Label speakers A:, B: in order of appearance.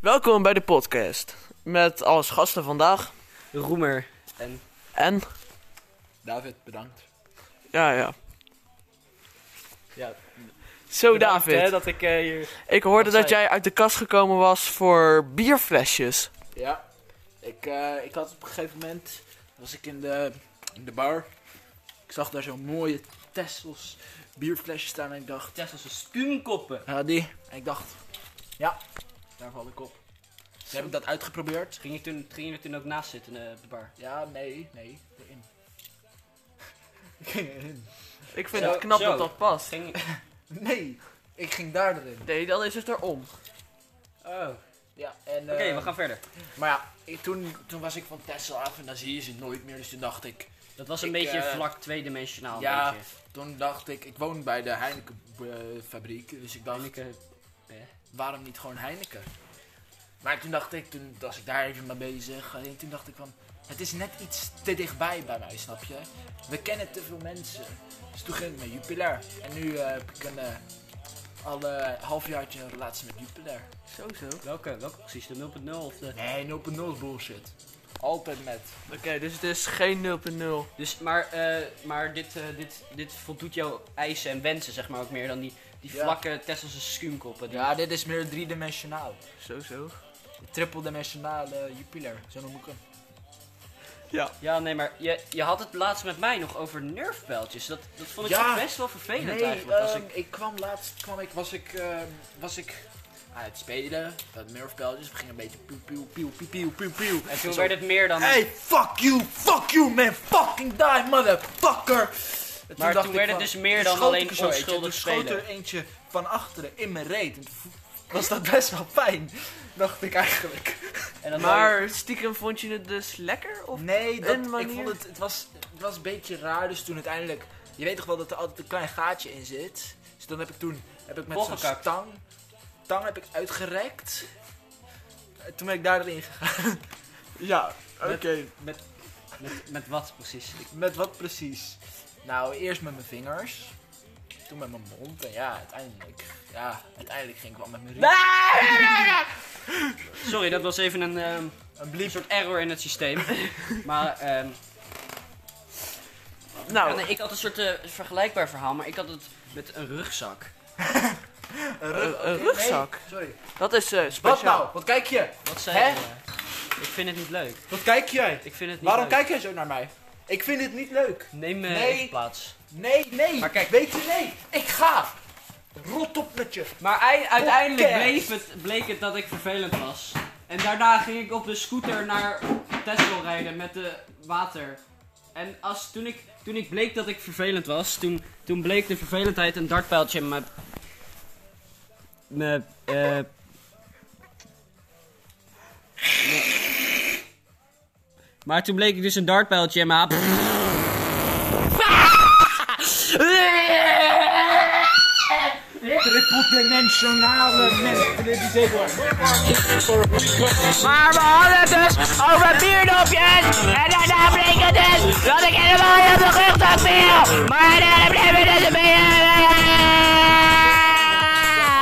A: Welkom bij de podcast. Met als gasten vandaag.
B: Roemer. En
A: En.
C: David, bedankt.
A: Ja, ja.
B: ja,
A: Zo,
B: bedankt, hè,
A: David.
B: dat ik eh, hier...
A: Ik hoorde
B: Wat
A: dat
B: zei
A: jij uit de kast gekomen was voor bierflesjes.
C: Ja, ik, eh, ik had op een gegeven moment, was ik in de, in de bar. Ik zag daar zo'n mooie Tessels bierflesje staan en ik dacht,
B: Tesselse spuunkoppen.
C: ja die. En ik dacht, ja, daar val ik op. Ze hebben dat uitgeprobeerd.
B: Ging je, toen, ging je er toen ook naast zitten eh, op de bar?
C: Ja, nee, nee, erin. ik ging erin.
A: Ik vind
B: Zo,
A: het knap
B: zo.
A: dat dat past.
B: Ging
C: Nee, ik ging daar erin.
A: Nee, dan is het erom.
B: Oh, eh, oké,
C: Ja, en... eh,
B: we gaan verder.
C: Maar ja, ik- toen, toen was ik van Tessel af en dan zie je ze nooit meer. Dus toen dacht ik,
B: Dat was een
C: Ik,
B: beetje
C: eh,
B: vlak tweedimensionaal.
C: ja,
B: een beetje.
C: Toen dacht ik, ik woon bij de Heineken eh, fabriek, dus ik dacht,
B: Heineken.
C: waarom niet gewoon Heineken? Maar toen dacht ik, toen was ik daar even mee bezig, alleen toen dacht ik van, het is net iets te dichtbij bij mij, snap je? We kennen te veel mensen. Dus toen ging ik met Jupiler. En nu eh, heb ik een eh, al eh, halfjaartje een relatie met Jupiler.
A: Zo, zo. Oké,
B: Welke? Welke precies? De 0.0 of de...
C: Nee, 0.0 is bullshit. Altijd met.
A: dus het is geen 0.0.
B: Dus, maar eh, maar dit, eh, dit, dit voldoet jouw eisen en wensen, zeg maar, ook meer dan die, die
C: Ja.
B: vlakke Tesselse schuimkoppen. Die...
C: Ja, dit is meer driedimensionaal.
A: Zo, zo.
C: Triple-dimensionale Jupiler, zo noem ik hem.
B: Ja, nee, maar je, je had het laatst met mij nog over nerfpijltjes. Dat, dat vond ik
C: Ja.
B: toch best wel vervelend
C: Nee,
B: eigenlijk. Als
C: ehm,
B: ik...
C: ik... kwam laatst, kwam ik, was ik, ehm, was ik aan het spelen, dat Murfbelletjes, we gingen een beetje pieuw, pieuw, pieuw, pieuw, pieuw, pieuw, pieuw.
B: En toen
C: zo,
B: werd het meer dan...
C: Hey, fuck you, fuck you man, fucking die motherfucker! En
B: Maar
C: dacht
B: toen
C: ik
B: werd
C: van-
B: het dus meer
C: toen
B: dan
C: schoot
B: alleen
C: ik er zo eentje,
B: onschuldig
C: toen schoot
B: spelen.
C: er eentje van achteren in mijn reet en toen vo- was dat best wel pijn, dacht ik eigenlijk.
B: En dan
A: Maar stiekem vond je het dus lekker? Of?
C: Nee,
A: een
C: dat, ik
A: manier?
C: vond het, het, was, het was een beetje raar. Dus toen uiteindelijk, je weet toch wel dat er altijd een klein gaatje in zit. Dus dan heb ik toen, heb ik met zo'n
B: Volgekakt.
C: tang, tang heb ik uitgerekt. En toen ben ik daarin gegaan. ja,
B: oké. Met, met, met wat precies? Ik-
C: Met wat precies? Nou, eerst met mijn vingers. Toen met mijn mond. En ja, uiteindelijk, ja, uiteindelijk ging ik wel met mijn riet.
B: Sorry, dat was even een, ehm,
C: Een
B: een
C: bliep.
B: soort error in het systeem. maar ehm, ja,
A: Nou,
B: nee, ik had een soort eh, vergelijkbaar verhaal, maar ik had het met een rugzak.
C: Een,
A: Een- een rugzak.
C: Nee, sorry.
A: dat is eh speciaal.
C: Wat nou? Wat kijk je?
B: Wat zei
C: Hè?
B: je? Ik vind het niet leuk.
C: Wat kijk jij?
B: Ik vind het niet
C: Waarom
B: leuk.
C: kijk jij zo naar mij? Ik vind dit niet leuk.
B: Neem eh,
C: Nee.
B: even plaats.
C: Nee, nee.
B: Maar kijk-
C: Weet je, nee. Ik ga. Rot op met je.
B: Maar ei- uiteindelijk
C: Podcast.
B: bleef het, bleek het dat ik vervelend was. En daarna ging ik op de scooter naar Tesco rijden met de water. En als, toen, ik, toen ik bleek dat ik vervelend was, toen, toen bleek de vervelendheid een dartpijltje in mijn... Mijn... eh, mijn- Maar toen bleek ik dus een dartpijltje in mijn... aap-
C: Triple-dimensionale mensen. Dit is heel erg.
D: Maar we hadden het dus over bierdopjes. En daarna bleek het dus dat ik helemaal niet op de rugzak viel. Maar daarna bleef het dus een beetje...